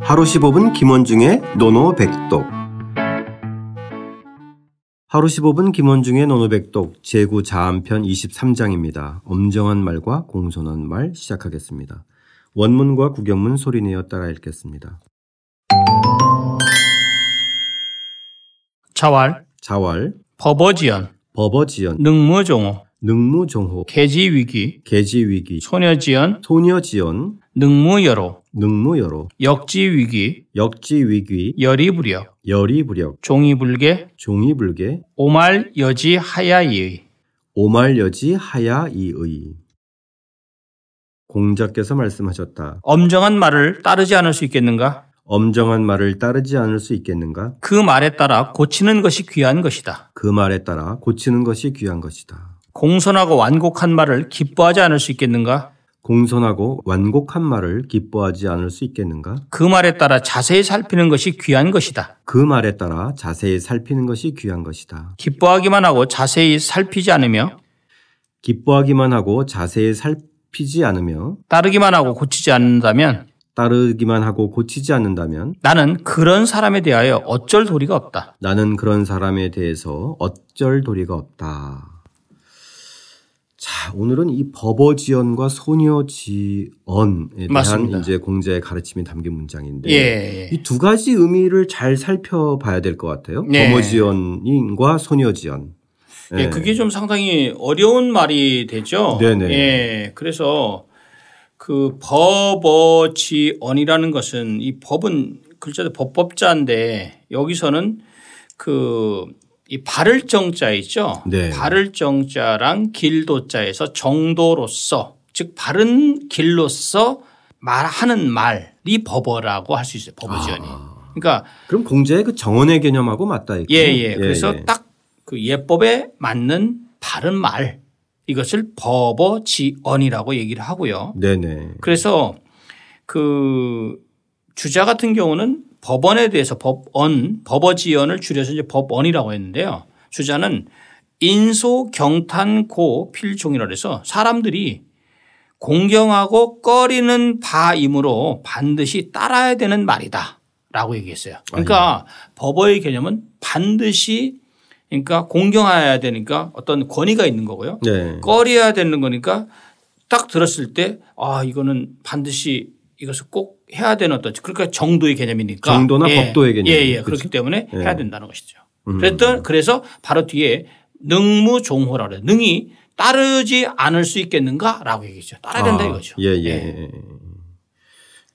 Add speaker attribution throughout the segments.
Speaker 1: 하루 15분 김원중의 노노백독 하루 15분 김원중의 노노백독 제9자한편 23장입니다. 엄정한 말과 공손한 말 시작하겠습니다. 원문과 구경문 소리내어 따라 읽겠습니다.
Speaker 2: 자왈,
Speaker 1: 자왈,
Speaker 2: 버버지연,
Speaker 1: 버버지연,
Speaker 2: 능무종호,
Speaker 1: 능무종호,
Speaker 2: 계지위기,
Speaker 1: 계지위기,
Speaker 2: 소녀지연,
Speaker 1: 소녀지연,
Speaker 2: 능무여로,
Speaker 1: 능무여로,
Speaker 2: 역지위기,
Speaker 1: 역지위기,
Speaker 2: 열이부려,
Speaker 1: 열이부력,
Speaker 2: 종이불계,
Speaker 1: 종이불계,
Speaker 2: 오말여지 하야이의,
Speaker 1: 오말여지 하야 이의 공자께서 말씀하셨다.
Speaker 2: 엄정한 말을 따르지 않을 수 있겠는가?
Speaker 1: 엄정한 말을 따르지 않을 수 있겠는가?
Speaker 2: 그 말에 따라 고치는 것이 귀한 것이다.
Speaker 1: 그 말에 따라 고치는 것이 귀한 것이다.
Speaker 2: 공손하고 완곡한 말을 기뻐하지 않을 수 있겠는가?
Speaker 1: 공손하고 완곡한 말을 기뻐하지 않을 수 있겠는가?
Speaker 2: 그 말에 따라 자세히 살피는 것이 귀한 것이다.
Speaker 1: 그 말에 따라 자세히 살피는 것이 귀한 것이다.
Speaker 2: 기뻐하기만 하고 자세히 살피지 않으며
Speaker 1: 기뻐하기만 하고 자세히 살피지 않으며
Speaker 2: 따르기만 하고 고치지 않는다면
Speaker 1: 따르기만 하고 고치지 않는다면
Speaker 2: 나는 그런 사람에 대하여 어쩔 도리가 없다.
Speaker 1: 나는 그런 사람에 대해서 어쩔 도리가 없다. 자, 오늘은 이 버버지언과 소녀지언에 대한
Speaker 2: 맞습니다.
Speaker 1: 이제 공자의 가르침이 담긴 문장인데
Speaker 2: 예.
Speaker 1: 이 두 가지 의미를 잘 살펴봐야 될 것 같아요.
Speaker 2: 네.
Speaker 1: 버버지언과 소녀지언.
Speaker 2: 예, 그게 좀 상당히 어려운 말이 되죠.
Speaker 1: 네네.
Speaker 2: 예, 그래서 그 법어지언이라는 것은 이 법은 글자도 법법자인데 여기서는 그 이 바를 정자 있죠.
Speaker 1: 네.
Speaker 2: 바를 정자랑 길도자에서 정도로서 즉 바른 길로서 말하는 말이 법어라고 할 수 있어요. 법어지언이.
Speaker 1: 아.
Speaker 2: 그러니까
Speaker 1: 그럼 공자의 그 정언의 개념하고 맞다 이거.
Speaker 2: 예, 예. 그래서 딱 그 예법에 맞는 바른 말 이것을 법어지언이라고 얘기를 하고요.
Speaker 1: 네네.
Speaker 2: 그래서 그 주자 같은 경우는 법원에 대해서 법언, 법어지언을 줄여서 이제 법언이라고 했는데요. 주자는 인소 경탄고 필종이라 해서 사람들이 공경하고 꺼리는 바이므로 반드시 따라야 되는 말이다 라고 얘기했어요. 그러니까 법어의 개념은 반드시 그러니까 공경해야 되니까 어떤 권위가 있는 거고요.
Speaker 1: 네.
Speaker 2: 꺼려야 되는 거니까 딱 들었을 때 아, 이거는 반드시 이것을 꼭 해야 되는 어떤 그러니까 정도의 개념이니까
Speaker 1: 정도나
Speaker 2: 예.
Speaker 1: 법도의 개념.
Speaker 2: 예, 예.
Speaker 1: 그렇죠.
Speaker 2: 그렇기 때문에
Speaker 1: 예. 음.
Speaker 2: 해야 된다는 것이죠. 그랬던 그래서 바로 뒤에 능무종호라 그래요. 능이 따르지 않을 수 있겠는가라고 얘기죠. 따라야 된다
Speaker 1: 아,
Speaker 2: 이거죠.
Speaker 1: 예, 예. 예.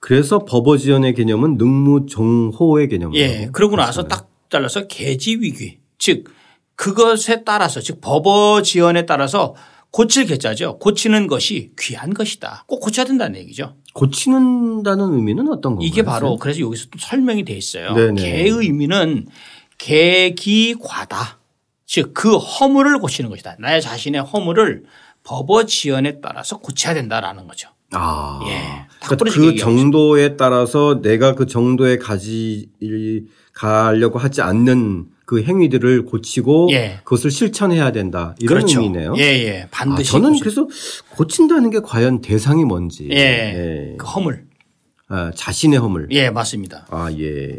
Speaker 1: 그래서 버버지언의 개념은 능무종호의 개념.
Speaker 2: 예. 그러고 나서 딱 잘라서 계지위기 즉 그것에 따라서 즉 법어지언에 따라서 고칠 계자죠. 고치는 것이 귀한 것이다. 꼭 고쳐야 된다는 얘기죠.
Speaker 1: 고치는다는 의미는 어떤 건가요?
Speaker 2: 이게 바로 그래서 여기서 또 설명이 돼 있어요.
Speaker 1: 네네.
Speaker 2: 개의 의미는 개기과다. 즉 그 허물을 고치는 것이다. 나의 자신의 허물을 법어지연에 따라서 고쳐야 된다라는 거죠.
Speaker 1: 아.
Speaker 2: 예.
Speaker 1: 그러니까
Speaker 2: 딱 부러지게
Speaker 1: 그
Speaker 2: 얘기하고
Speaker 1: 정도에 따라서 내가 그 정도에 가지 가려고 하지 않는 그 행위들을 고치고
Speaker 2: 예.
Speaker 1: 그것을 실천해야 된다 이런
Speaker 2: 그렇죠.
Speaker 1: 의미네요.
Speaker 2: 예, 예.
Speaker 1: 아,
Speaker 2: 반드시
Speaker 1: 저는
Speaker 2: 고치-
Speaker 1: 그래서 고친다는 게 과연 대상이 뭔지
Speaker 2: 예.
Speaker 1: 예.
Speaker 2: 그 허물.
Speaker 1: 아, 자신의 허물
Speaker 2: 예, 맞습니다.
Speaker 1: 아, 예.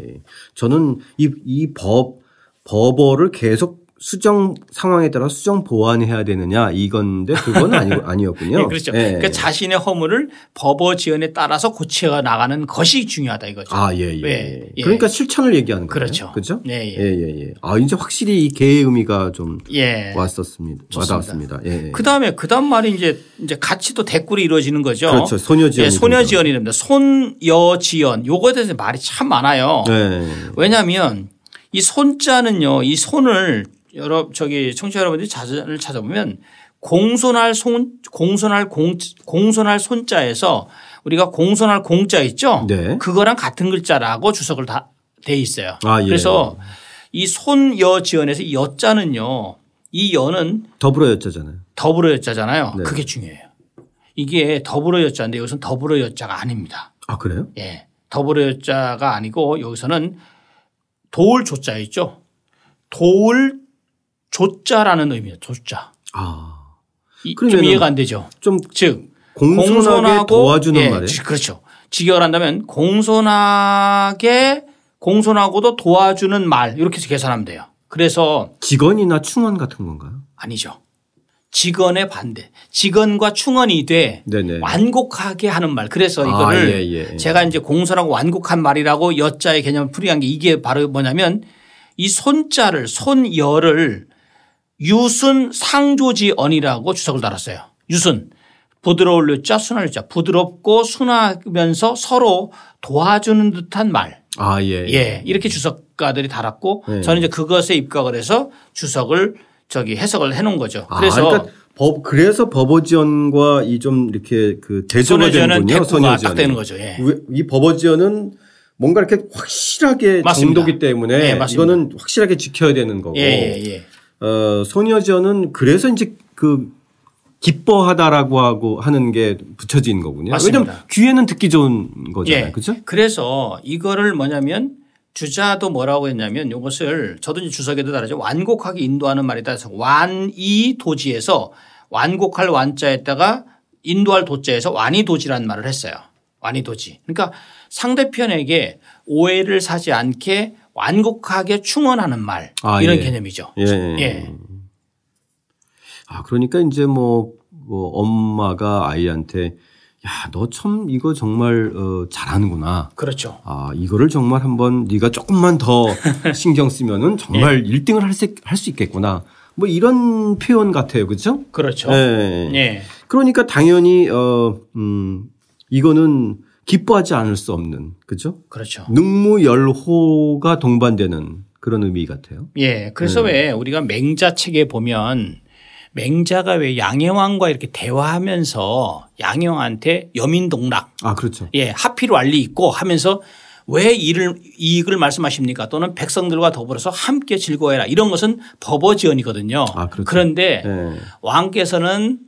Speaker 1: 저는 이, 이 법, 법어를 계속 수정 상황에 따라 수정 보완해야 되느냐 이건데 그건 아니, 아니었군요.
Speaker 2: 예, 그렇죠.
Speaker 1: 예.
Speaker 2: 그러니까 자신의 허물을 법어지연에 따라서 고쳐 나가는 것이 중요하다 이거죠.
Speaker 1: 아, 예, 예.
Speaker 2: 예, 예.
Speaker 1: 그러니까 실천을 얘기하는 거예요.
Speaker 2: 그렇죠.
Speaker 1: 그렇죠?
Speaker 2: 예,
Speaker 1: 예,
Speaker 2: 예.
Speaker 1: 예, 예. 아, 이제 확실히 이 개의 의미가 좀
Speaker 2: 예.
Speaker 1: 왔었습니다.
Speaker 2: 좋습니다.
Speaker 1: 와닿았습니다. 예. 예.
Speaker 2: 그 다음에 그 다음 말이 이제 이제 같이 또 댓글이 이루어지는 거죠.
Speaker 1: 그렇죠. 소녀지연.
Speaker 2: 예, 소녀지연이 됩니다. 손여지연. 요거에 대해서 말이 참 많아요.
Speaker 1: 네.
Speaker 2: 왜냐하면 이 손자는요, 이 손을 여러 저기 청취자 여러분들이 자전을 찾아보면 공손할 손 공손할 공 공손할 손자에서 우리가 공손할 공자 있죠.
Speaker 1: 네.
Speaker 2: 그거랑 같은 글자라고 주석을 다 돼 있어요.
Speaker 1: 아, 예.
Speaker 2: 그래서 이 손여지연에서 이 여자는요, 이 여는
Speaker 1: 더불어 여자잖아요.
Speaker 2: 더불어 여자잖아요.
Speaker 1: 네.
Speaker 2: 그게 중요해요. 이게 더불어 여자인데 여기서는 더불어 여자가 아닙니다.
Speaker 1: 아, 그래요?
Speaker 2: 예. 더불어 여자가 아니고 여기서는 도울 조자 있죠. 도울 조자라는 의미예요. 조자.
Speaker 1: 아.
Speaker 2: 이- 좀
Speaker 1: 그러면은
Speaker 2: 이해가 안 되죠.
Speaker 1: 좀
Speaker 2: 즉
Speaker 1: 공손하게
Speaker 2: 공손하고
Speaker 1: 도와주는
Speaker 2: 예,
Speaker 1: 말이에요.
Speaker 2: 즉, 그렇죠. 직역을 한다면 공손하게 공손하고도 도와주는 말 이렇게 해서 계산하면 돼요. 그래서
Speaker 1: 직원이나 충원 같은 건가요?
Speaker 2: 아니죠. 직언의 반대. 직언과 충언이 돼
Speaker 1: 네네.
Speaker 2: 완곡하게 하는 말. 그래서
Speaker 1: 아,
Speaker 2: 이거를
Speaker 1: 예, 예, 예.
Speaker 2: 제가 이제 공손하고 완곡한 말이라고 여자의 개념을 풀이한 게 이게 바로 뭐냐면 이 손자를 손열을 유순 상조지언이라고 주석을 달았어요. 유순 부드러울 유자 순할 자 부드럽고 순하면서 서로 도와주는 듯한 말.
Speaker 1: 아 예.
Speaker 2: 예 이렇게 주석가들이 달았고
Speaker 1: 예.
Speaker 2: 저는 이제 그것에 입각을 해서 주석을 저기 해석을 해놓은 거죠. 그래서
Speaker 1: 아, 그러니까 법 그래서 법어지연과 이 좀 이렇게 그 대조가
Speaker 2: 소녀전은
Speaker 1: 되는군요.
Speaker 2: 대꾸가
Speaker 1: 소녀전은.
Speaker 2: 딱 되는 거죠. 예.
Speaker 1: 왜- 이 법어지연은 뭔가 이렇게 확실하게
Speaker 2: 맞습니다.
Speaker 1: 정도기 때문에
Speaker 2: 네, 맞습니다.
Speaker 1: 이거는 확실하게 지켜야 되는 거고.
Speaker 2: 예, 예, 예.
Speaker 1: 어, 소녀전은 그래서 이제 그 기뻐하다라고 하고 하는 게 붙여진 거군요.
Speaker 2: 맞습니다.
Speaker 1: 왜냐면 귀에는 듣기 좋은 거잖아요.
Speaker 2: 예.
Speaker 1: 그죠?
Speaker 2: 그래서 이거를 뭐냐면 주자도 뭐라고 했냐면 이것을 저도 이제 주석에도 다르죠. 완곡하게 인도하는 말이다. 해서 완이 도지에서 완곡할 완자에다가 인도할 도자에서 완이 도지라는 말을 했어요. 완이 도지. 그러니까 상대편에게 오해를 사지 않게 완곡하게 충원하는 말
Speaker 1: 아,
Speaker 2: 이런
Speaker 1: 예.
Speaker 2: 개념이죠.
Speaker 1: 예.
Speaker 2: 예.
Speaker 1: 아, 그러니까 이제 뭐, 뭐 엄마가 아이한테 야, 너 참 이거 정말 어, 잘하는구나.
Speaker 2: 그렇죠.
Speaker 1: 아, 이거를 정말 한번 네가 조금만 더 신경 쓰면은
Speaker 2: 예.
Speaker 1: 정말 일 1등을 할 수 있겠구나. 뭐 이런 표현 같아요. 그렇죠?
Speaker 2: 그렇죠.
Speaker 1: 예.
Speaker 2: 예.
Speaker 1: 그러니까 당연히 어, 음, 이거는 기뻐하지 않을 수 없는 그죠?
Speaker 2: 그렇죠.
Speaker 1: 능무열호가 동반되는 그런 의미 같아요.
Speaker 2: 예.
Speaker 1: 음.
Speaker 2: 그래서 왜 우리가 맹자 책에 보면 맹자가 왜 양영왕과 이렇게 대화하면서 양영한테 여민동락
Speaker 1: 아 그렇죠.
Speaker 2: 예, 하필 완리 있고 하면서 왜 이를 이익을 말씀하십니까? 또는 백성들과 더불어서 함께 즐거워해라. 이런 것은 법어지언이거든요.
Speaker 1: 아, 그렇죠.
Speaker 2: 그런데
Speaker 1: 예.
Speaker 2: 왕께서는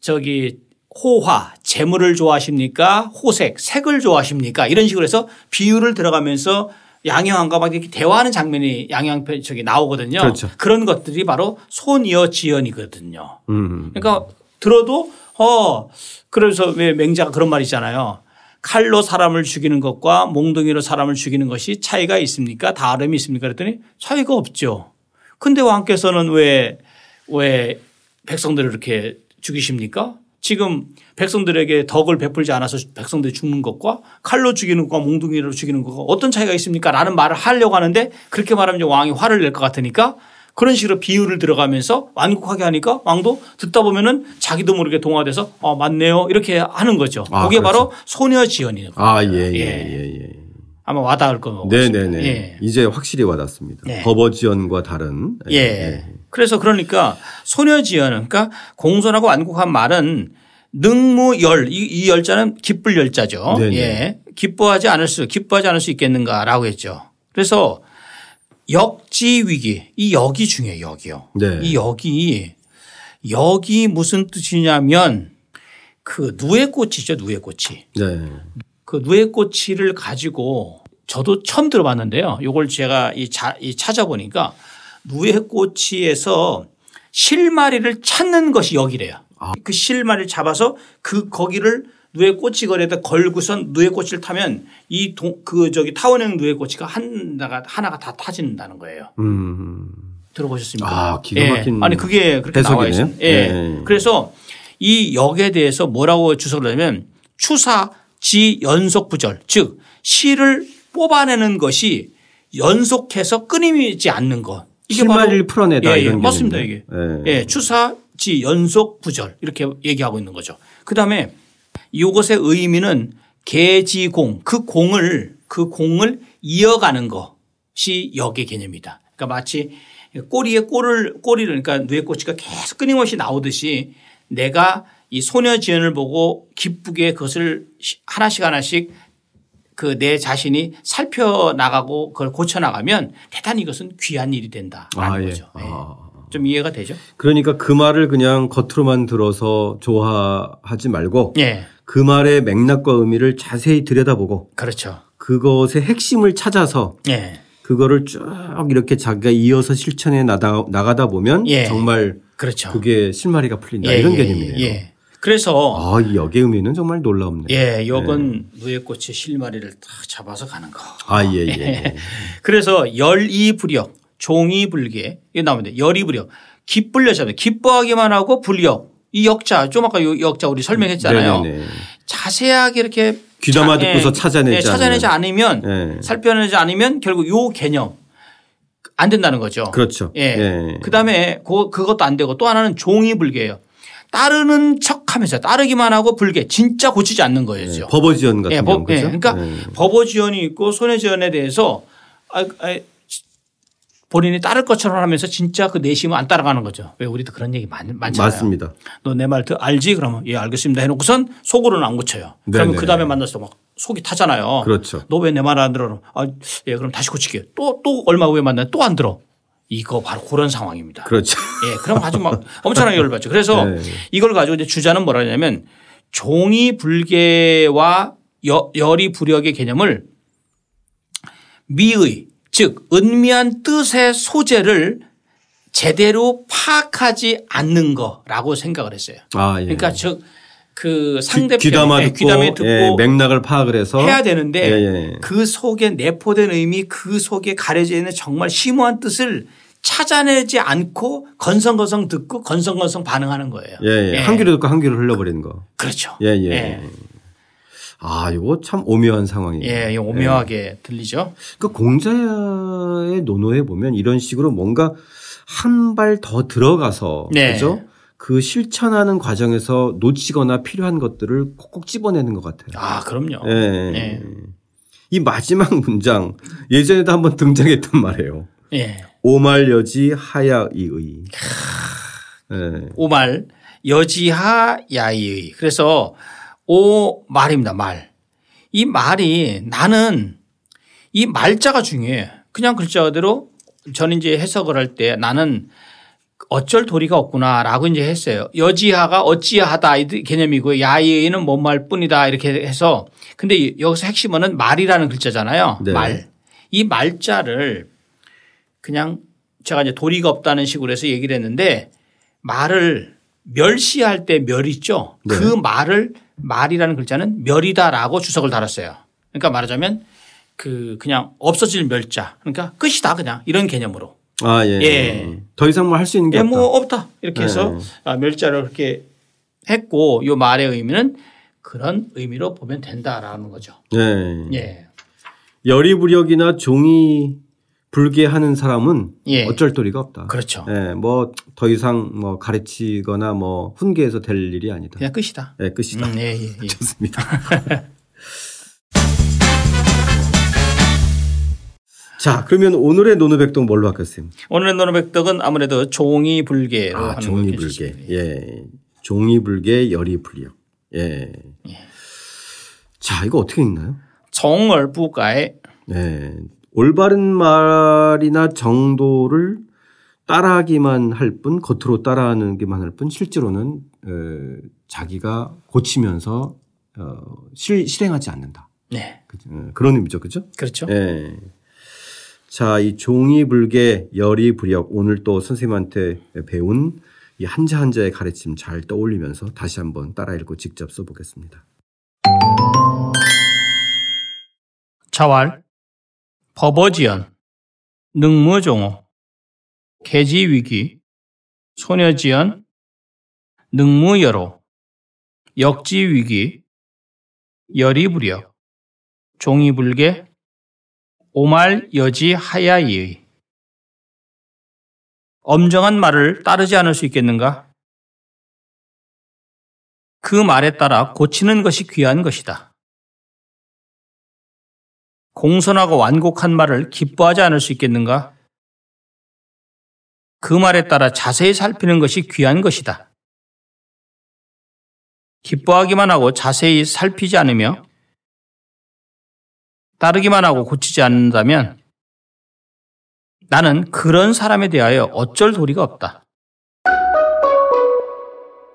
Speaker 2: 저기 호화, 재물을 좋아하십니까? 호색, 색을 좋아하십니까? 이런 식으로 해서 비유를 들어가면서 양양왕과 막 이렇게 대화하는 장면이 양양편 저기 나오거든요.
Speaker 1: 그렇죠.
Speaker 2: 런 것들이 바로 손이어 지연이거든요.
Speaker 1: 음.
Speaker 2: 그러니까 들어도 어 그래서 왜 맹자가 그런 말이 있잖아요. 칼로 사람을 죽이는 것과 몽둥이로 사람을 죽이는 것이 차이가 있습니까? 다름이 있습니까? 그랬더니 차이가 없죠. 근데 왕께서는 왜, 왜 백성들을 이렇게 죽이십니까? 지금 백성들에게 덕을 베풀지 않아서 백성들이 죽는 것과 칼로 죽이는 것과 몽둥이로 죽이는 것과 어떤 차이가 있습니까? 라는 말을 하려고 하는데 그렇게 말하면 이제 왕이 화를 낼 것 같으니까 그런 식으로 비유를 들어가면서 완곡하게 하니까 왕도 듣다 보면은 자기도 모르게 동화돼서 아, 맞네요. 이렇게 하는 거죠.
Speaker 1: 아,
Speaker 2: 그게 바로 소녀지연이에요.
Speaker 1: 아 예 예 예 예.
Speaker 2: 아마 와닿을 거고.
Speaker 1: 네네네.
Speaker 2: 예.
Speaker 1: 이제 확실히 와닿습니다.
Speaker 2: 네.
Speaker 1: 버버지연과 다른.
Speaker 2: 예. 그래서 그러니까 소녀지연은 그러니까 공손하고 완곡한 말은 능무열 이, 이 열자는 기쁠 열자죠.
Speaker 1: 네네.
Speaker 2: 예. 기뻐하지 않을 수 기뻐하지 않을 수 있겠는가라고 했죠. 그래서 역지 위기 이 역이 중요해요. 역이요.
Speaker 1: 네.
Speaker 2: 이 역이 역이 무슨 뜻이냐면 그 누에 꽃이죠. 누에 꽃이.
Speaker 1: 네.
Speaker 2: 그 누에꼬치를 가지고 저도 처음 들어봤는데요. 이걸 제가 이 자- 이 찾아보니까 누에꼬치에서 실마리를 찾는 것이 역이래요. 그 실마리를 잡아서 그 거기를 누에꼬치 거리에다 걸고선 누에꼬치를 타면 이 그 저기 타원형 누에꼬치가 하나가 하나가 다 타진다는 거예요.
Speaker 1: 음.
Speaker 2: 들어보셨습니까?
Speaker 1: 아, 기가 막힌
Speaker 2: 예. 아니 그게 그렇게 나와
Speaker 1: 해석이네요.
Speaker 2: 있습니다. 예.
Speaker 1: 네.
Speaker 2: 그래서 이 역에 대해서 뭐라고 주석을 하냐면 추사 지 연속 부절 즉 시를 뽑아내는 것이 연속해서 끊임이지 않는 것 이게 바로
Speaker 1: 실마리를 풀어내다
Speaker 2: 예, 예.
Speaker 1: 이런
Speaker 2: 맞습니다,
Speaker 1: 개념이네요. 예.
Speaker 2: 예, 추사지 연속 부절 이렇게 얘기하고 있는 거죠. 그다음에 이것의 의미는 계지공 그 공을 그 공을 이어가는 것이 역의 개념이다. 그러니까 마치 꼬리에 꼬를 꼬리를 그러니까 뇌꼬치가 계속 끊임없이 나오듯이 내가 이 소녀지연을 보고 기쁘게 그것을 시- 하나씩 하나씩 그 내 자신이 살펴나가고 그걸 고쳐나가면 대단히 이것은 귀한 일이 된다라는
Speaker 1: 아, 예.
Speaker 2: 거죠. 예.
Speaker 1: 아.
Speaker 2: 좀 이해가 되죠?
Speaker 1: 그러니까 그 말을 그냥 겉으로만 들어서 좋아하지 말고
Speaker 2: 예.
Speaker 1: 그 말의 맥락과 의미를 자세히 들여다보고
Speaker 2: 그렇죠.
Speaker 1: 그것의 핵심을 찾아서
Speaker 2: 예.
Speaker 1: 그거를 쭉 이렇게 자기가 이어서 실천해 나가, 나가다 보면
Speaker 2: 예.
Speaker 1: 정말
Speaker 2: 그렇죠.
Speaker 1: 그게 실마리가 풀린다
Speaker 2: 예,
Speaker 1: 아, 이런
Speaker 2: 예,
Speaker 1: 개념이네요.
Speaker 2: 예. 그래서
Speaker 1: 아, 이 역의 의미는 정말 놀랍네요.
Speaker 2: 예, 역은 누에꽃의 실마리를 탁 잡아서 가는 거.
Speaker 1: 아, 예, 예. 예.
Speaker 2: 그래서 열이불역, 종이불계 이게 나오는데 열이불역, 기쁠려 잡니다. 기뻐하기만 하고 불역. 이 역자 좀 아까 요 역자 우리 설명했잖아요.
Speaker 1: 음, 네네네.
Speaker 2: 자세하게 이렇게
Speaker 1: 귀담아
Speaker 2: 자-
Speaker 1: 듣고서
Speaker 2: 예,
Speaker 1: 찾아내지
Speaker 2: 예, 찾아내지 않으면
Speaker 1: 예.
Speaker 2: 살펴내지 않으면 결국 요 개념 안 된다는 거죠.
Speaker 1: 그렇죠.
Speaker 2: 예. 그다음에 그, 그것도 안 되고 또 하나는 종이 불개예요. 따르는 척하면서 따르기만 하고 불개 진짜 고치지 않는 거죠.
Speaker 1: 버버지연 같은
Speaker 2: 예,
Speaker 1: 경우
Speaker 2: 법, 예,
Speaker 1: 그죠?
Speaker 2: 그러니까
Speaker 1: 예.
Speaker 2: 법어 지원이 있고 손해 지원에 대해서 아, 아, 본인이 따를 것처럼 하면서 진짜 그 내심은 안 따라가는 거죠. 왜 우리도 그런 얘기 많, 많잖아요.
Speaker 1: 맞습니다.
Speaker 2: 너 내 말 알지? 그러면 예 알겠습니다 해놓고선 속으로는 안 고쳐요.
Speaker 1: 네네.
Speaker 2: 그러면 그 다음에 만나서 막 속이 타잖아요.
Speaker 1: 그렇죠.
Speaker 2: 너 왜 내 말 안 들어? 아, 예 그럼 다시 고칠게요. 또 또 얼마 후에 만나 또 안 들어. 이거 바로 그런 상황입니다.
Speaker 1: 그렇죠.
Speaker 2: 예, 그럼 아주 막 엄청나게 열받죠. 그래서
Speaker 1: 네.
Speaker 2: 이걸 가지고 이제 주자는 뭐라 하냐면 종이 불계와 여- 열이 부력의 개념을 미의 즉 은미한 뜻의 소재를 제대로 파악하지 않는 거라고 생각을 했어요.
Speaker 1: 아, 예.
Speaker 2: 그러니까 즉 그 상대편
Speaker 1: 귀, 담아
Speaker 2: 예,
Speaker 1: 듣고,
Speaker 2: 귀담아 듣고
Speaker 1: 예, 맥락을 파악을 해서
Speaker 2: 해야 되는데
Speaker 1: 예, 예.
Speaker 2: 그 속에 내포된 의미 그 속에 가려져 있는 정말 심오한 뜻을 찾아내지 않고 건성건성 듣고 건성건성 반응하는 거예요.
Speaker 1: 예, 예. 한 귀로 듣고 한 귀로 흘려버리는 거.
Speaker 2: 그렇죠.
Speaker 1: 예, 예. 아, 이거 참 오묘한 상황이에요.
Speaker 2: 예, 예, 오묘하게 들리죠.
Speaker 1: 그 공자의 논어에 보면 이런 식으로 뭔가 한 발 더 들어가서
Speaker 2: 네.
Speaker 1: 그죠? 그 실천하는 과정에서 놓치거나 필요한 것들을 콕콕 집어내는 것 같아요.
Speaker 2: 아, 그럼요.
Speaker 1: 예.
Speaker 2: 네.
Speaker 1: 이 마지막 문장 예전에도 한번 등장했던 말이에요.
Speaker 2: 예.
Speaker 1: 오말여지 하야이의. 예.
Speaker 2: 오말 여지하 야이의. 그래서 오 말입니다. 말. 이 말이 나는 이 말자가 중요해. 그냥 글자 그대로 저는 이제 해석을 할 때 나는 어쩔 도리가 없구나라고 이제 했어요. 여지하가 어찌하다 이 개념이고 야이의는 뭔 말 뿐이다 이렇게 해서 근데 이- 여기서 핵심은 말이라는 글자잖아요.
Speaker 1: 네.
Speaker 2: 말. 이 말자를 그냥 제가 이제 도리가 없다는 식으로 해서 얘기를 했는데 말을 멸시할 때 멸 있죠.
Speaker 1: 네.
Speaker 2: 그 말을 말이라는 글자는 멸이다라고 주석을 달았어요. 그러니까 말하자면 그 그냥 없어질 멸자. 그러니까 끝이다 그냥 이런 개념으로.
Speaker 1: 아, 예.
Speaker 2: 예.
Speaker 1: 더 이상 뭐 할 수 있는 게
Speaker 2: 예,
Speaker 1: 없다. 네,
Speaker 2: 뭐 없다 이렇게 해서 아, 멸자를 그렇게 했고 요 말의 의미는 그런 의미로 보면 된다라는 거죠.
Speaker 1: 예.
Speaker 2: 예.
Speaker 1: 열이부력이나 종이 불개하는 사람은
Speaker 2: 예.
Speaker 1: 어쩔 도리가 없다.
Speaker 2: 그렇죠.
Speaker 1: 예, 뭐 더 이상 뭐 가르치거나 뭐 훈계해서 될 일이 아니다.
Speaker 2: 그냥 끝이다.
Speaker 1: 예, 끝이다.
Speaker 2: 음, 예, 예, 예.
Speaker 1: 좋습니다. 자, 그러면 오늘의 노노백동 뭘로 바뀌었어요?
Speaker 2: 오늘의 노노백덕은 아무래도 종이 불개로
Speaker 1: 아,
Speaker 2: 하는 걸로
Speaker 1: 종이불개.
Speaker 2: 해주시고요.
Speaker 1: 예. 종이불개 열이불력. 예. 자, 이거 어떻게 읽나요?
Speaker 2: 정얼부가의
Speaker 1: 네. 올바른 말이나 정도를 따라하기만 할 뿐, 겉으로 따라하는 게만 할 뿐, 실제로는 에, 자기가 고치면서 어, 실, 실행하지 않는다.
Speaker 2: 네
Speaker 1: 그죠? 어, 그런 의미죠, 그죠?
Speaker 2: 그렇죠.
Speaker 1: 예. 자, 이 종이 불개, 열이 부력, 오늘 또 선생님한테 배운 이 한자 한자의 가르침 잘 떠올리면서 다시 한번 따라 읽고 직접 써보겠습니다.
Speaker 2: 자활, 법어지연, 능무종호, 계지위기, 소녀지연, 능무여로, 역지위기, 열이부력, 종이불개, 오말여지하야이의. 엄정한 말을 따르지 않을 수 있겠는가? 그 말에 따라 고치는 것이 귀한 것이다. 공손하고 완곡한 말을 기뻐하지 않을 수 있겠는가? 그 말에 따라 자세히 살피는 것이 귀한 것이다. 기뻐하기만 하고 자세히 살피지 않으며 따르기만 하고 고치지 않는다면 나는 그런 사람에 대하여 어쩔 도리가 없다.